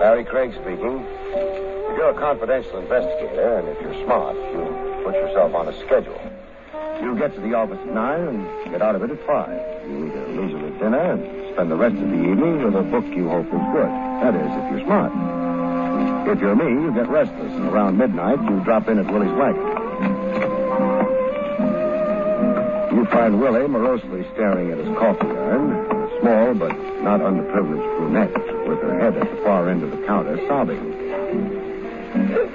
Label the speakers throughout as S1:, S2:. S1: Larry Craig speaking. If you're a confidential investigator, and if you're smart, you'll put yourself on a schedule. You'll get to the office at 9 and get out of it at 5. You'll eat a leisurely dinner and spend the rest of the evening with a book you hope is good. That is, if you're smart. If you're me, you get restless, and around midnight, you drop in at Willie's wagon. You find Willie morosely staring at his coffee urn, a small but not underprivileged brunette with her head at the far end of the counter sobbing.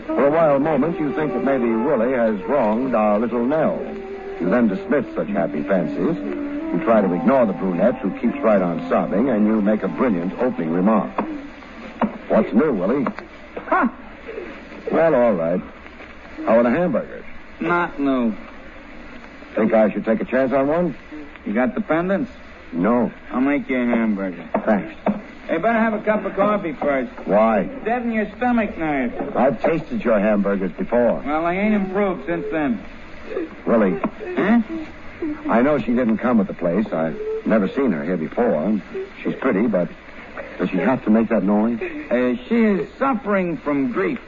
S1: For a wild moment, you think that maybe Willie has wronged our little Nell. You then dismiss such happy fancies. You try to ignore the brunette who keeps right on sobbing, and you make a brilliant opening remark. What's new, Willie?
S2: Huh?
S1: Well, all right. How about a hamburger?
S2: Not new.
S1: Think I should take a chance on one?
S2: You got the pendants?
S1: No,
S2: I'll make you a hamburger.
S1: thanks.
S2: Hey, better have a cup of coffee first.
S1: Why?
S2: Deaden your stomach nerves.
S1: I've tasted your hamburgers before.
S2: Well, I ain't improved since then.
S1: Willie,
S2: Huh?
S1: I know she didn't come with the place. I've never seen her here before. She's pretty, but does she have to make that noise?
S2: Uh, she is suffering from grief.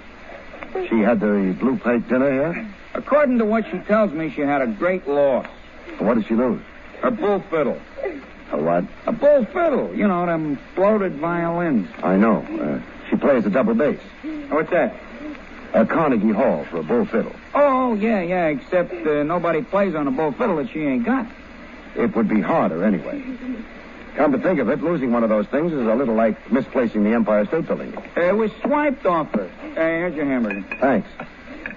S1: She had the blue plate dinner here?
S2: According to what she tells me, she had a great loss.
S1: What did she lose?
S2: A bull fiddle.
S1: A what?
S2: A bull fiddle. You know, them bloated violins.
S1: I know. Uh, she plays the double bass.
S2: What's that?
S1: At Carnegie Hall for a bull fiddle.
S2: Oh, yeah, yeah, except uh, nobody plays on a bull fiddle that she ain't got. Uh,
S1: It would be harder anyway. Come to think of it, losing one of those things is a little like misplacing the Empire State Building.
S2: Uh, we swiped off her. Uh, here's your hamburger.
S1: Thanks.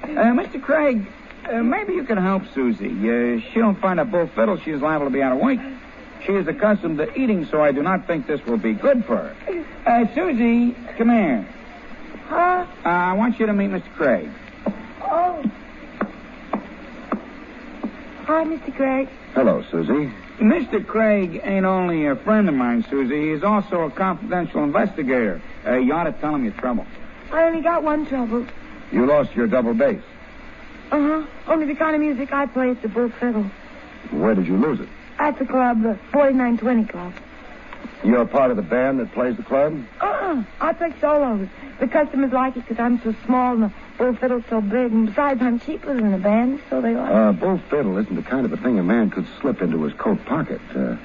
S2: Uh, Mr. Craig, uh, maybe you can help Susie. Uh, she don't find a bull fiddle, she is liable to be out of whack. She is accustomed to eating, so I do not think this will be good for her. Uh, Susie, come here.
S3: Huh?
S2: Uh, I want you to meet Mr. Craig.
S3: Oh. Hi, Mr. Gregg.
S1: Hello, Susie.
S2: Mr. Craig ain't only a friend of mine, Susie. He's also a confidential investigator. Uh, you ought to tell him your trouble.
S3: I only got one trouble.
S1: You lost your double bass.
S3: Uh huh. Only the kind of music I play is the bull fiddle.
S1: Where did you lose it?
S3: At the club, the 4920 Club.
S1: You're part of the band that plays the club?
S3: Uh uh I play solos. The customers like it because I'm so small and the bull fiddle's so big. And besides, I'm cheaper than the band, so they like
S1: Uh, bull fiddle isn't the kind of a thing a man could slip into his coat pocket. Uh,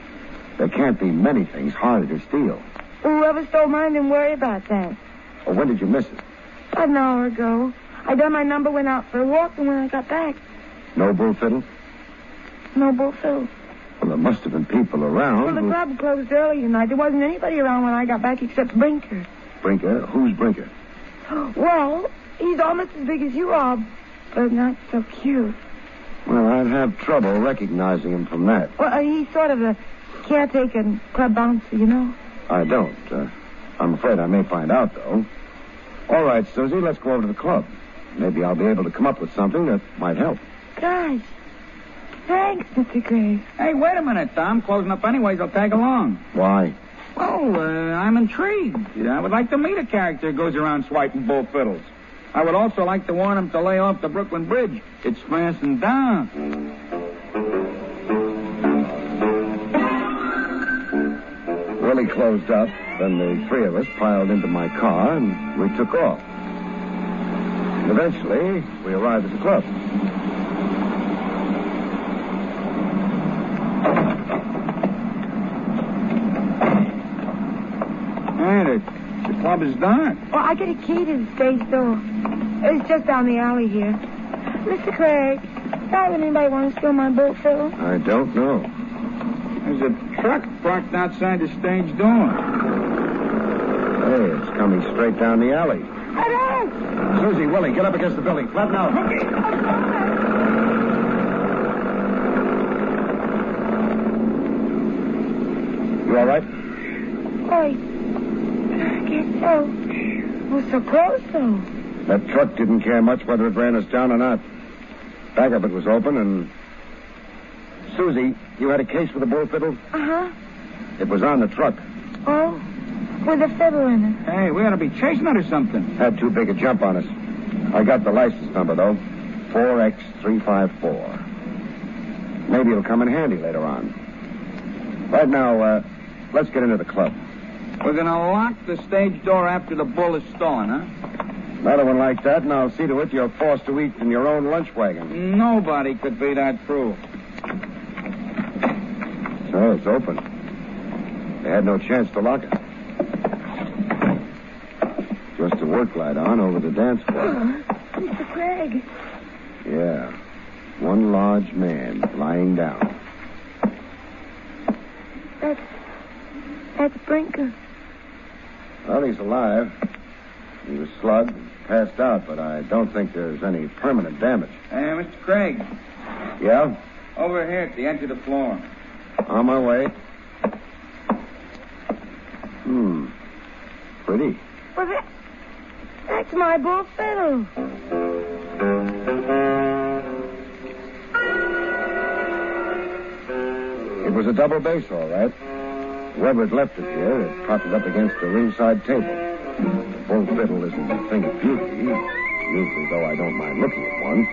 S1: there can't be many things harder to steal.
S3: it. Whoever stole mine didn't worry about that.
S1: Oh, when did you miss it?
S3: About an hour ago. I done my number, went out for a walk, and when I got back,
S1: No bull fiddle?
S3: no bull fiddle.
S1: Well, there must have been people
S3: Well,
S1: around.
S3: the
S1: who-
S3: club closed early tonight. There wasn't anybody around when I got back except Brinker.
S1: Brinker? Who's Brinker?
S3: Well, he's almost as big as you are, but not so cute.
S1: Well, I'd have trouble recognizing him from that.
S3: Well, uh, he's sort of a caretaker and club bouncer, you know.
S1: I don't. Uh, I'm afraid I may find out, though. All right, Susie, let's go over to the club. Maybe I'll be able to come up with something that might help.
S3: Gosh. Thanks, Mr. Gray.
S2: Hey, wait a minute, Tom. Closing up anyways, I'll tag along.
S1: Why?
S2: Well, uh, I'm intrigued. I would like to meet a character who goes around swiping bull fiddles. I would also like to warn him to lay off the Brooklyn Bridge. It's smashing down.
S1: Willie closed up, then the three of us piled into my car and we took off. And eventually, we arrived at the club.
S2: Hey, the, the club is dark.
S3: Well, I get a key to the stage door. It's just down the alley here. Mr. Craig, why would anybody want to steal my bull fiddle?
S1: I don't know.
S2: There's a truck parked outside the stage door.
S1: Hey, it's coming straight down the alley.
S3: Hello!
S1: Susie, Willie, get up against the building. Flatten out. You all right?
S3: Wait. I guess so. We're so close, though.
S1: That truck didn't care much whether it ran us down or not. Back up, it was open, and. Susie, you had a case with a bull fiddle?
S3: Uh-huh.
S1: It was on the truck.
S3: Oh, with a fiddle in it.
S2: Hey, we ought to be chasing it or something.
S1: Had too big a jump on us. I got the license number, though 4X354. Maybe it'll come in handy later on. Right now, uh, let's get into the club.
S2: We're going to lock the stage door after the bull is stolen, huh?
S1: Another one like that, and I'll see to it you're forced to eat from your own lunch wagon.
S2: Nobody could be that cruel.
S1: So it's open. They had no chance to lock it. Just a work light on over the dance floor.
S3: Mr. Craig.
S1: Yeah. One large man lying down.
S3: That's. That's Brinker.
S1: Well, he's alive. He was slugged, passed out, but I don't think there's any permanent damage.
S2: Uh, Mr. Craig,
S1: Yeah?
S2: over here at the edge of the floor.
S1: On my way. Hmm. Pretty.
S3: Well, that, that's my bull fiddle.
S1: It was a double bass, all right. Webbert left it here. It propped it up against a ringside table. The bull fiddle isn't a thing of beauty, usually, though I don't mind looking at one.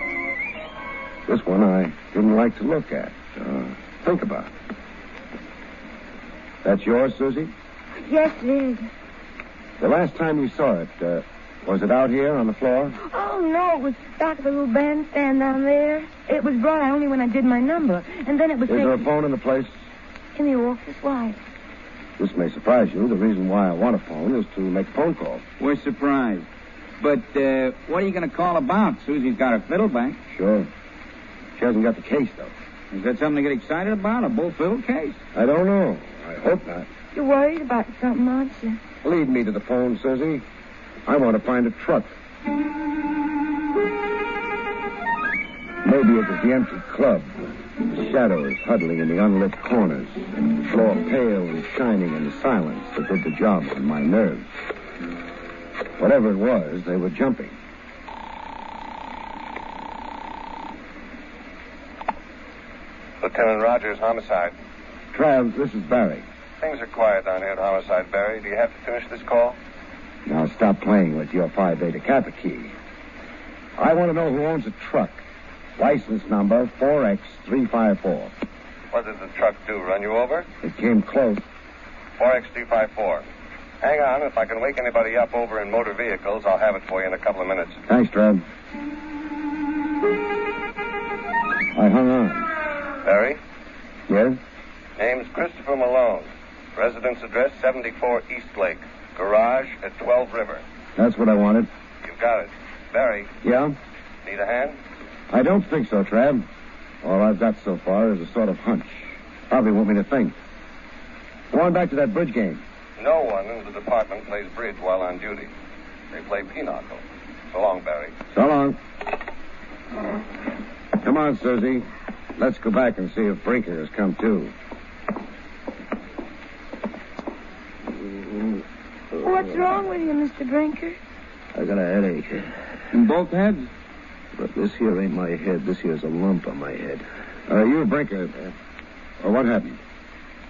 S1: This one I didn't like to look at, uh, think about. That's yours, Susie?
S3: Yes, it is.
S1: The last time you saw it, uh, was it out here on the floor?
S3: Oh, no, it was stuck at the little bandstand down there. It was brought out only when I did my number. And then it was
S1: Is there a
S3: taken
S1: phone in the place?
S3: in the office. Why?
S1: This may surprise you. The reason why I want a phone is to make a phone call.
S2: We're surprised. But uh, what are you going to call about? Susie's got her fiddle back.
S1: Sure. She hasn't got the case, though.
S2: Is that something to get excited about? A bull fiddle case?
S1: I don't know. I hope not.
S3: You're worried about something, aren't you?
S1: Lead me to the phone, Susie. I want to find a truck. Maybe it was the empty club. The shadows huddling in the unlit corners. The floor pale and shining in the silence that did the job on my nerves. Whatever it was, they were jumping.
S4: Lieutenant Rogers, homicide.
S1: Trav, this is Barry.
S4: Things are quiet down here at homicide, Barry. Do you have to finish this call?
S1: Now stop playing with your Phi Beta Kappa key. I want to know who owns a truck. License number 4X354.
S4: What did the truck do? Run you over?
S1: It came close.
S4: 4X354. Hang on. If I can wake anybody up over in motor vehicles, I'll have it for you in a couple of minutes.
S1: Thanks, Trav. I hung on.
S4: Barry,
S1: Yes?
S4: name's Christopher Malone. Residence address 74 East Lake. Garage at 12 River.
S1: That's what I wanted.
S4: You've got it. Barry,
S1: Yeah?
S4: need a hand?
S1: I don't think so, Trav. All I've got so far is a sort of hunch. Probably want me to think. Go on back to that bridge game.
S4: No one in the department plays bridge while on duty. They play pinochle. So long, Barry.
S1: So long. Come on, Susie. Let's go back and see if Brinker has come too.
S3: What's wrong with you, Mr. Brinker?
S1: I got a headache.
S2: In both heads?
S1: But this here ain't my head. This here's a lump on my head. Uh, you, Brinker. Uh, what happened?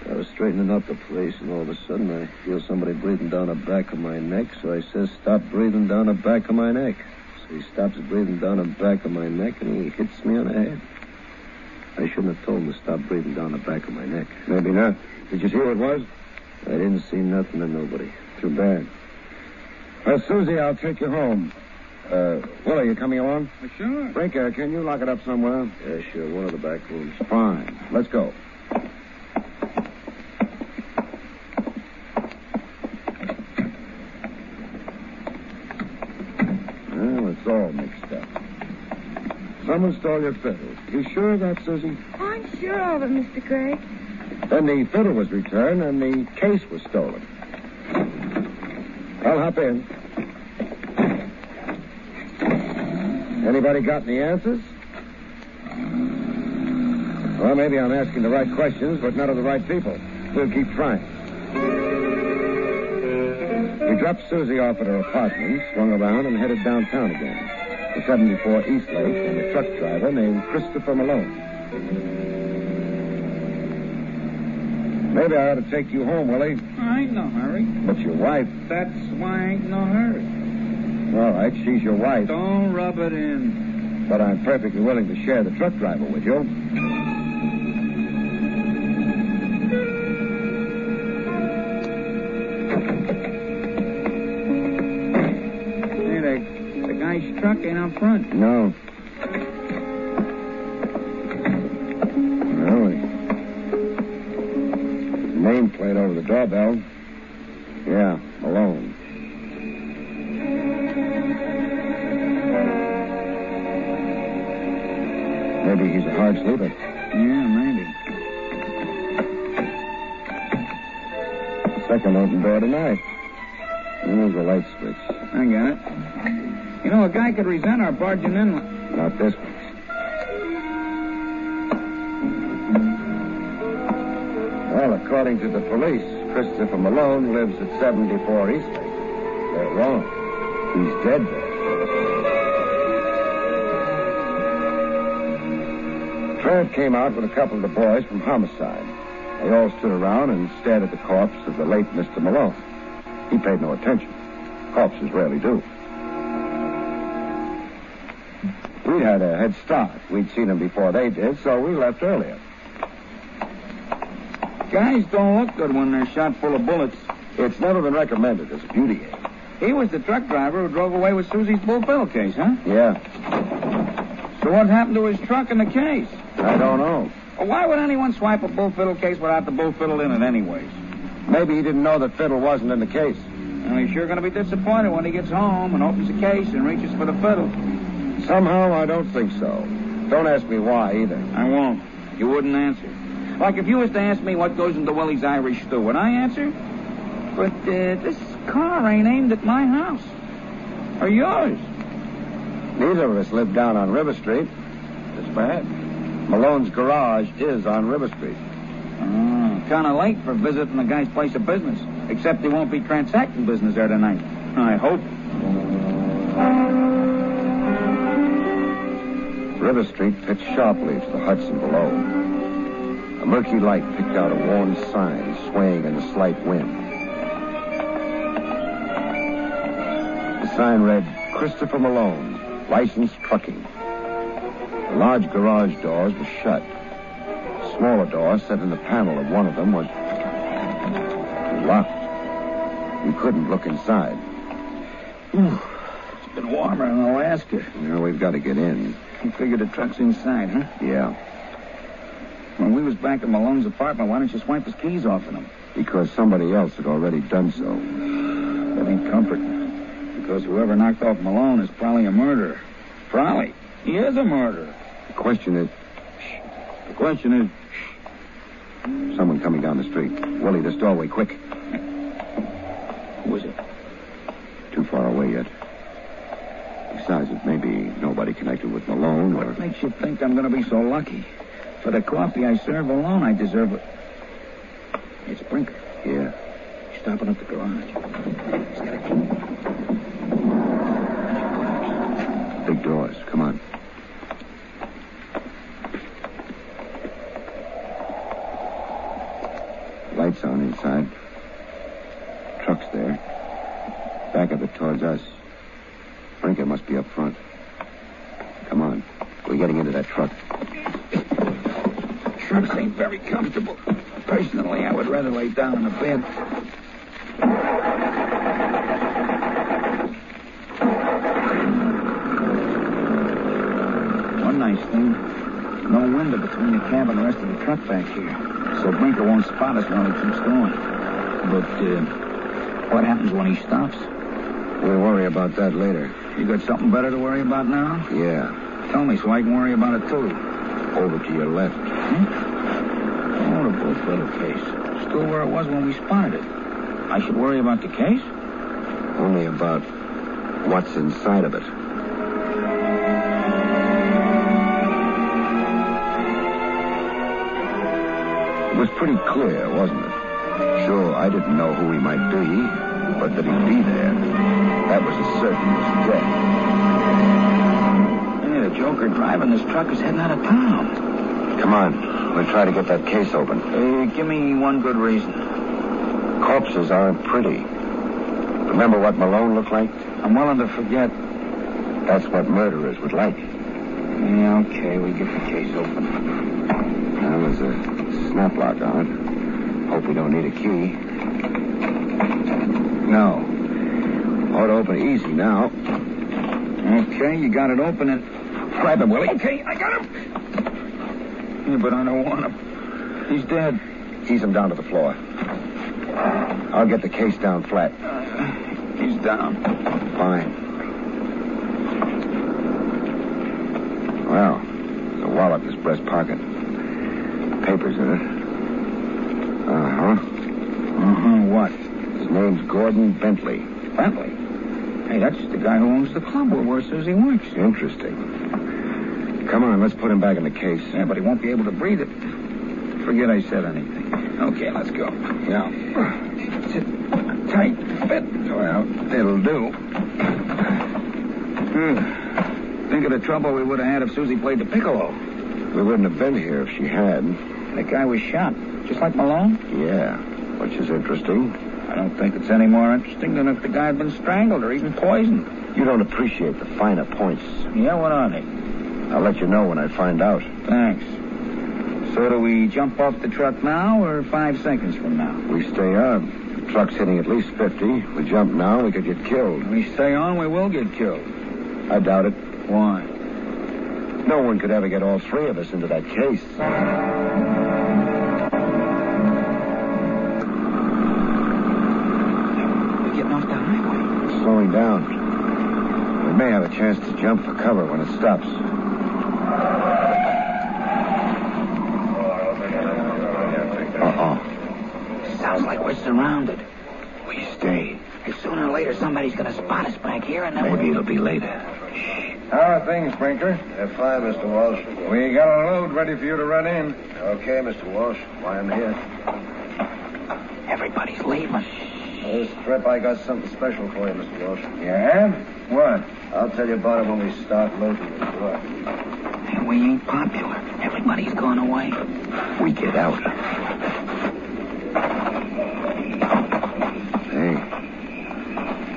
S5: I was straightening up the place, and all of a sudden I feel somebody breathing down the back of my neck, so I says, Stop breathing down the back of my neck. So he stops breathing down the back of my neck, and he hits me on the head. I shouldn't have told him to stop breathing down the back of my neck.
S1: Maybe not. Did you see who it was?
S5: I didn't see nothing of nobody.
S1: Too bad. Well, Susie, I'll take you home. Uh, Willie, you coming along?
S2: Sure.
S1: Brinker, can you lock it up somewhere?
S5: Yeah, sure, one of the back rooms.
S1: Fine. Let's go. Well, it's all mixed up. Someone stole your fiddle. You sure of that, Susie?
S3: I'm sure of it, Mr. Craig.
S1: Then the fiddle was returned and the case was stolen. I'll hop in. Anybody got any answers? Well, maybe I'm asking the right questions, but not of the right people. We'll keep trying. We dropped Susie off at her apartment, swung around, and headed downtown again. The 74 East Lake and a truck driver named Christopher Malone. Maybe I ought to take you home, Willie.
S2: I ain't no hurry.
S1: But your wife.
S2: That's why I ain't no hurry.
S1: All right, she's your wife,
S2: Don't rub it in.
S1: but I'm perfectly willing to share the truck driver with you.
S2: down front.
S5: No. Well, the nameplate over the doorbell. Yeah, Malone. Maybe he's a hard sleeper.
S2: Yeah, maybe.
S5: Second open door tonight. There's a light switch.
S2: I got it. You know, a guy could resent our barging in. li-
S5: Not this one.
S1: Well, according to the police, Christopher Malone lives at 74 East Lake. They're wrong. He's dead there. Trent came out with a couple of the boys from homicide. They all stood around and stared at the corpse of the late Mr. Malone. He paid no attention. Corpses rarely do. We had a head start. We'd seen him before they did, so we left earlier.
S2: Guys don't look good when they're shot full of bullets.
S1: It's never been recommended as a beauty aid.
S2: He was the truck driver who drove away with Susie's Bull Bill case, huh?
S1: Yeah,
S2: So what happened to his truck and the case?
S1: I don't know.
S2: Well, why would anyone swipe a bull fiddle case without the bull fiddle in it, anyways?
S1: Maybe he didn't know that Fiddle wasn't in the case.
S2: And he's sure going to be disappointed when he gets home and opens the case and reaches for the fiddle.
S1: Somehow, I don't think so. Don't ask me why either.
S2: I won't. You wouldn't answer. Like if you was to ask me what goes into Willie's Irish stew, would I answer? But uh, this car ain't aimed at my house or yours.
S1: Neither of us live down on River Street. It's bad. Malone's garage is on River Street.
S2: Oh, kind of late for visiting the guy's place of business. Except he won't be transacting business there tonight. I hope.
S1: River Street pitched sharply to the Hudson below. A murky light picked out a worn sign swaying in the slight wind. The sign read, Christopher Malone, licensed trucking. The large garage doors were shut. A smaller door set in the panel of one of them was locked. We couldn't look inside.
S2: It's been warmer in Alaska.
S1: Now we've got to get in.
S2: You figure the truck's inside, huh?
S1: Yeah.
S2: When we was back at Malone's apartment, why don't you swipe his keys off of him?
S1: Because somebody else had already done so.
S2: That ain't comforting. Because whoever knocked off Malone is probably a murderer. Probably. He is a murderer.
S1: The question is,
S2: The question is,
S1: Someone coming down the street. Willie, this doorway, quick.
S2: who is it?
S1: Too far away yet. Besides, it may be nobody connected with Malone or.
S2: Makes you think I'm going to be so lucky. For the coffee I serve alone, I deserve it. It's Brinker.
S1: Yeah.
S2: He's stopping at the garage. He's got a key.
S1: Big doors. Come on. Lights on inside. Truck's there. Back of it towards us. Brinker must be up front. Come on. We're getting into that truck.
S2: Trucks ain't very comfortable. Personally, I would rather lay down in a bed. One nice thing, no window between the cab and the rest of the truck back here, so Brinker won't spot us while he keeps going. But uh, what happens when he stops?
S1: We'll worry about that later.
S2: You got something better to worry about now?
S1: Yeah.
S2: Tell me so I can worry about it too.
S1: Over to your left.
S2: Hmm? Oh, the both little case. Still where it was when we spotted it. I should worry about the case?
S1: Only about what's inside of it. It was pretty clear, wasn't it? Sure, I didn't know who he might be, but that he'd be there. That was as certain as death.
S2: Hey, the joker driving this truck is heading out of town.
S1: Come on, we'll try to get that case open.
S2: Uh, give me one good reason.
S1: Corpses aren't pretty. Remember what Malone looked like?
S2: I'm willing to forget.
S1: That's what murderers would like.
S2: Yeah, okay, we get the case open.
S1: Now, there's a snap lock on it. Hope we don't need a key. No. Ought to open easy now.
S2: Okay, you got it open and grab him, Willie. Okay, I got him. Yeah, but I don't want him. He's dead.
S1: Ease him down to the floor. I'll get the case down flat.
S2: He's down.
S1: Fine. Well, there's a wallet in his breast pocket. Papers in it. Uh huh.
S2: Uh-huh, what?
S1: His name's Gordon Bentley.
S2: Bentley. Hey, that's the guy who owns the club where- where Susie works.
S1: Interesting. Come on, let's put him back in the case.
S2: Yeah, but he won't be able to breathe it. Forget I said anything. Okay, let's go.
S1: Yeah.
S2: It's a tight fit. Well, it'll do. Hmm. Think of the trouble we would have had if Susie played the piccolo.
S1: We wouldn't have been here if she had.
S2: The guy was shot, just like Malone.
S1: Yeah, which is interesting.
S2: I don't think it's any more interesting than if the guy had been strangled or even poisoned.
S1: You don't appreciate the finer points.
S2: Yeah, what are they?
S1: I'll let you know when I find out.
S2: Thanks. So do we jump off the truck now or five seconds from now?
S1: We stay on. The truck's hitting at least 50. We jump now, we could get killed.
S2: If we stay on, we will get killed.
S1: I doubt it.
S2: Why?
S1: No one could ever get all three of us into that case.
S2: We're getting off the highway.
S1: It's slowing down. We may have a chance to jump for cover when it stops. Uh-oh.
S2: Sounds like we're surrounded.
S1: We stay.
S2: And sooner or later, somebody's going to spot us back here, and then
S1: Maybe it'll be later.
S4: How are things, Brinker?
S5: They're fine, Mr. Walsh.
S4: We got a load ready for you to run in.
S5: Okay, Mr. Walsh. Why I'm here.
S2: everybody's leaving.
S5: This trip, I got something special for you, Mr. Walsh.
S4: You have? What?
S5: I'll tell you about it when we start loading the truck.
S2: And we ain't popular. Everybody's gone away.
S1: We get out. Hey,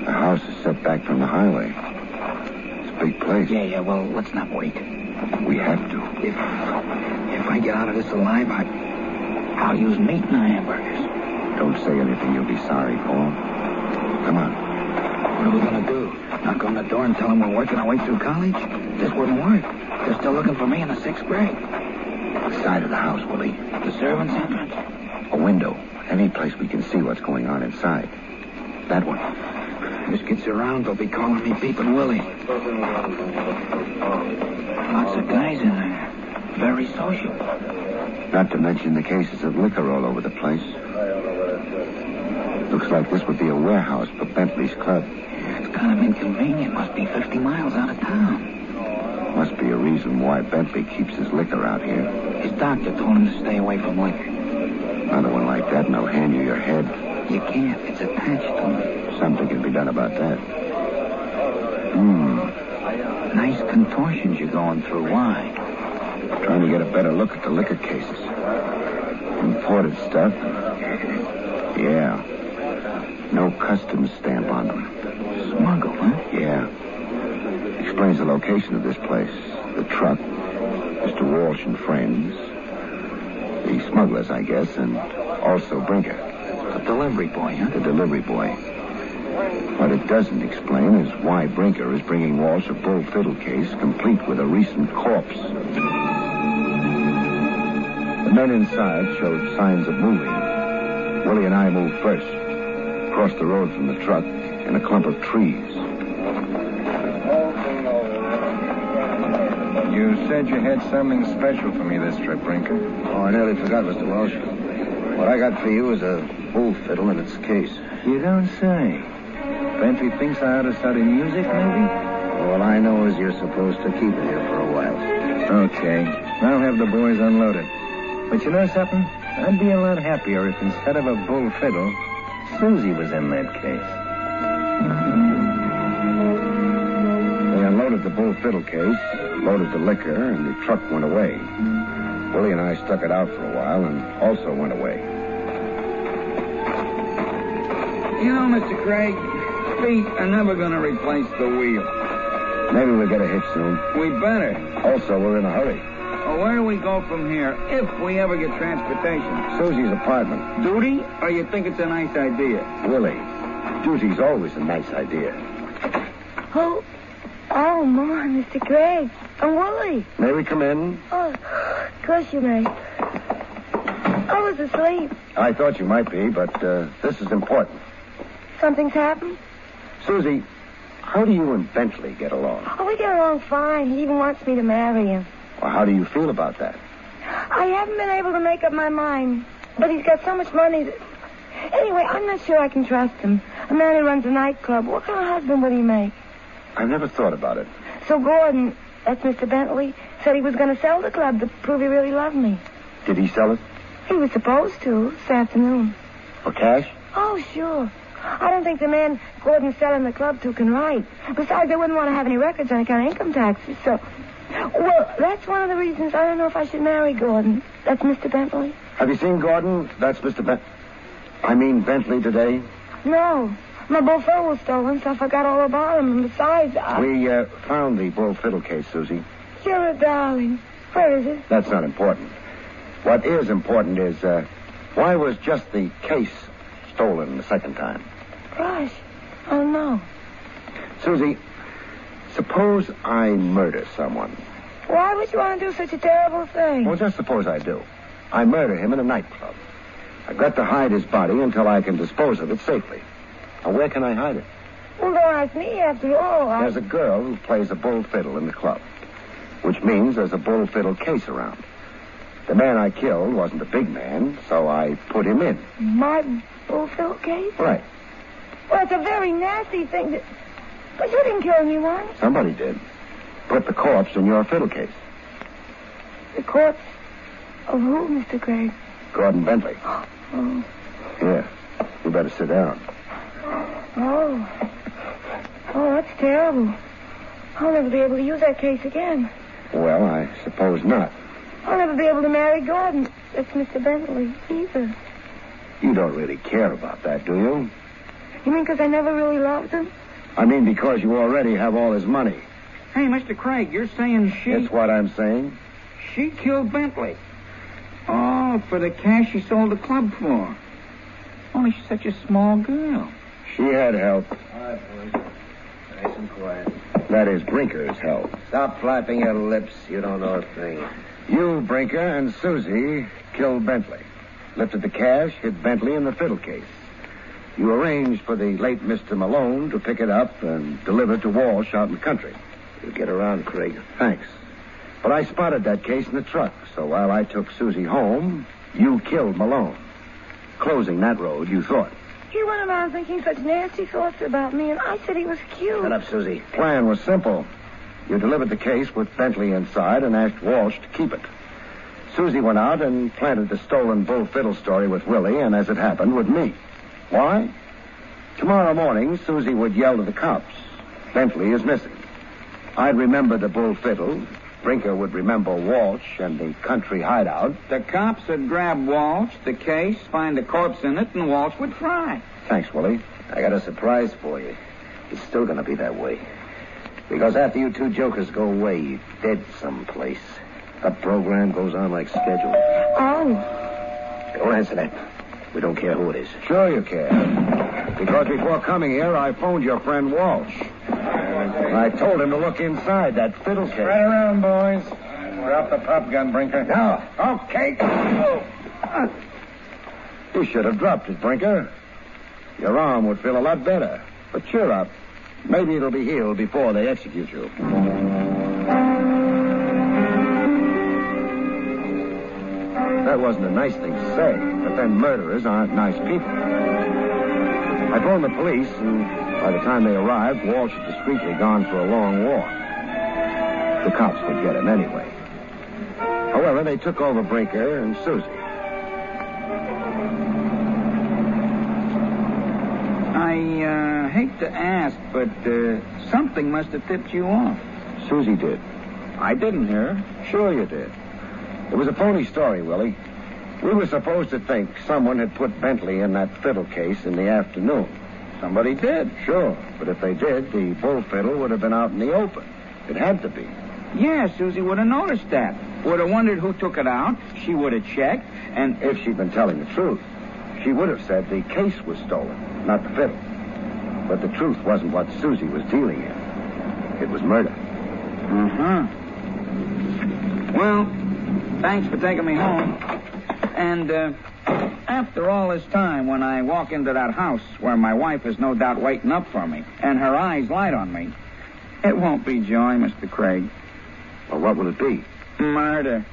S1: the house is set back from the highway. It's a big place.
S2: Yeah, yeah, well, let's not wait.
S1: We have to.
S2: If if I get out of this alive, I, I'll use meat in the hamburgers.
S1: Don't say anything. You'll be sorry, Paul. Come on.
S2: What are we going to do? Knock on the door and tell them we're working our way through college? This wouldn't work. They're still looking for me in the sixth grade.
S1: The side of the house, Willie.
S2: The servants' entrance.
S1: A window. Any place we can see what's going on inside. That one.
S2: This gets around, they'll be calling me Peepin' Willie. Lots of guys in there. Very social.
S1: Not to mention the cases of liquor all over the place. Looks like this would be a warehouse for Bentley's club.
S2: It's kind of inconvenient. Must be 50 miles out of town.
S1: Must be a reason why Bentley keeps his liquor out here.
S2: His doctor told him to stay away from liquor.
S1: Another one like that, and they'll hand you your head.
S2: You can't. It's attached to him.
S1: Something can be done about that. Hmm.
S2: Nice contortions you're going through. Why?
S1: Trying to get a better look at the liquor cases. Imported stuff. Yeah. No customs stamp on them.
S2: Smuggle, huh?
S1: Yeah. Explains the location of this place. The truck, Mr. Walsh and friends, the smugglers, I guess, and also Brinker,
S2: The delivery boy, huh?
S1: the delivery boy. What it doesn't explain is why Brinker is bringing Walsh a bull fiddle case complete with a recent corpse. The men inside showed signs of moving. Willie and I moved first, across the road from the truck in a clump of trees.
S4: You said you had something special for me this trip, Brinker.
S5: Oh, I nearly forgot, Mr. Walsh. What I got for you is a bull fiddle in its case.
S4: You don't say. Bentley thinks I ought to study music, maybe?
S5: All I know is you're supposed to keep it here for a while.
S4: Okay. I'll have the boys unload it. But you know something? I'd be a lot happier if instead of a bull fiddle, Susie was in that case.
S1: They unloaded the bull fiddle case, loaded the liquor, and the truck went away. Willie and I stuck it out for a while and also went away.
S2: You know, Mr. Craig, feet are never going to replace the wheel.
S1: Maybe we'll get a hitch soon.
S2: We better.
S1: Also, we're in a hurry.
S2: Well, where do we go from here if we ever get transportation?
S1: Susie's apartment.
S2: Duty, or you think it's a nice idea?
S1: Willie. Duty's always a nice idea.
S3: Who? Oh, my, Mr. Craig. I'm Willie.
S1: May we come in?
S3: Oh, of course you may. I was asleep.
S1: I thought you might be, but uh, this is important.
S3: Something's happened?
S1: Susie, how do you and Bentley get along?
S3: Oh, we get along fine. He even wants me to marry him.
S1: Or how do you feel about that?
S3: I haven't been able to make up my mind, but he's got so much money that... Anyway, I'm not sure I can trust him. A man who runs a nightclub, what kind of husband would he make?
S1: I've never thought about it.
S3: So Gordon, that's Mr. Bentley, said he was going to sell the club to prove he really loved me.
S1: Did he sell it
S3: He was supposed to this afternoon.
S1: for cash?
S3: Oh, sure. I don't think the man Gordon's selling the club to can write. Besides, they wouldn't want to have any records on account of income taxes, so... Well, that's one of the reasons I don't know if I should marry Gordon. That's Mr. Bentley?
S1: Have you seen Gordon? That's Mr. Ben. I mean Bentley today.
S3: No. My buffet was stolen, so I forgot all about him. And besides, I...
S1: We uh, found the bull fiddle case, Susie.
S3: You're a darling. Where is it?
S1: That's not important. What is important is uh, why was just the case stolen the second time?
S3: Gosh. Oh, no.
S1: Susie, suppose I murder someone.
S3: Why would you want to do such a terrible thing?
S1: Well, just suppose I do. I murder him in a nightclub. I've got to hide his body until I can dispose of it safely. Now, where can I hide it?
S3: Well, don't ask me after all. I...
S1: There's a girl who plays a bull fiddle in the club, which means there's a bull fiddle case around. The man I killed wasn't a big man, so I put him in.
S3: My bullfiddle case?
S1: Right.
S3: Well, it's a very nasty thing. To... But you didn't kill anyone.
S1: Somebody did. Put the corpse in your fiddle case.
S3: The corpse of who, Mr. Gregg?
S1: Gordon Bentley.
S3: Oh.
S1: Here. You better sit down.
S3: Oh. Oh, that's terrible. I'll never be able to use that case again.
S1: Well, I suppose not.
S3: I'll never be able to marry Gordon. That's Mr. Bentley, either.
S1: You don't really care about that, do you?
S3: You mean because I never really loved him?
S1: I mean, because you already have all his money.
S2: Hey, Mr. Craig, you're saying she
S1: That's what I'm saying.
S2: she killed Bentley. Oh, for the cash she sold the club for. Only she's such a small girl.
S1: She had help.
S5: All right, boys. Nice and quiet.
S1: That is Brinker's help.
S5: Stop flapping your lips. You don't know a thing.
S1: You, Brinker, and Susie killed Bentley. Lifted the cash, hid Bentley in the fiddle case. You arranged for the late Mr. Malone to pick it up and deliver it to Walsh out in the country.
S5: You get around, Craig.
S1: Thanks. But I spotted that case in the truck, so while I took Susie home, you killed Malone. Closing that road, you thought.
S3: He went around thinking such nasty thoughts about me, and I said he was cute.
S5: Shut up, Susie.
S1: Plan was simple. You delivered the case with Bentley inside and asked Walsh to keep it. Susie went out and planted the stolen bull fiddle story with Willie, and as it happened, with me. Why? Tomorrow morning, Susie would yell to the cops, Bentley is missing. I'd remember the bull fiddle. Brinker would remember Walsh and the country hideout.
S2: The cops would grab Walsh, the case, find the corpse in it, and Walsh would fry.
S1: Thanks, Willie.
S5: I got a surprise for you. It's still going to be that way. Because after you two jokers go away, you're dead someplace. The program goes on like scheduled.
S3: Oh,
S5: Don't answer that. We don't care who it is.
S1: Sure you care. Because before coming here, I phoned your friend Walsh. And I told him to look inside that fiddle case.
S4: Right around, boys. Drop the pop gun, Brinker.
S1: Now,
S2: Okay.
S1: you should have dropped it, Brinker. Your arm would feel a lot better. But cheer up. Maybe it'll be healed before they execute you. That wasn't a nice thing to say, but then murderers aren't nice people. I phoned the police, and by the time they arrived, Walsh had discreetly gone for a long walk. The cops would get him anyway. However, they took over Brinker and Susie.
S2: I uh, hate to ask, but uh, something must have tipped you off.
S1: Susie did.
S2: I didn't hear.
S1: Sure you did. It was a phony story, Willie. We were supposed to think someone had put Bentley in that fiddle case in the afternoon. Somebody did. Sure. But if they did, the bull fiddle would have been out in the open. It had to be.
S2: Yeah, Susie would have noticed that. Would have wondered who took it out. She would have checked, and
S1: If she'd been telling the truth, she would have said the case was stolen, not the fiddle. But the truth wasn't what Susie was dealing in. It It was murder.
S2: Uh huh. Mm-hmm. Well, thanks for taking me home. And uh, after all this time, when I walk into that house where my wife is no doubt waiting up for me, and her eyes light on me, it won't be joy, Mr. Craig.
S1: Well, what will it be?
S2: Murder.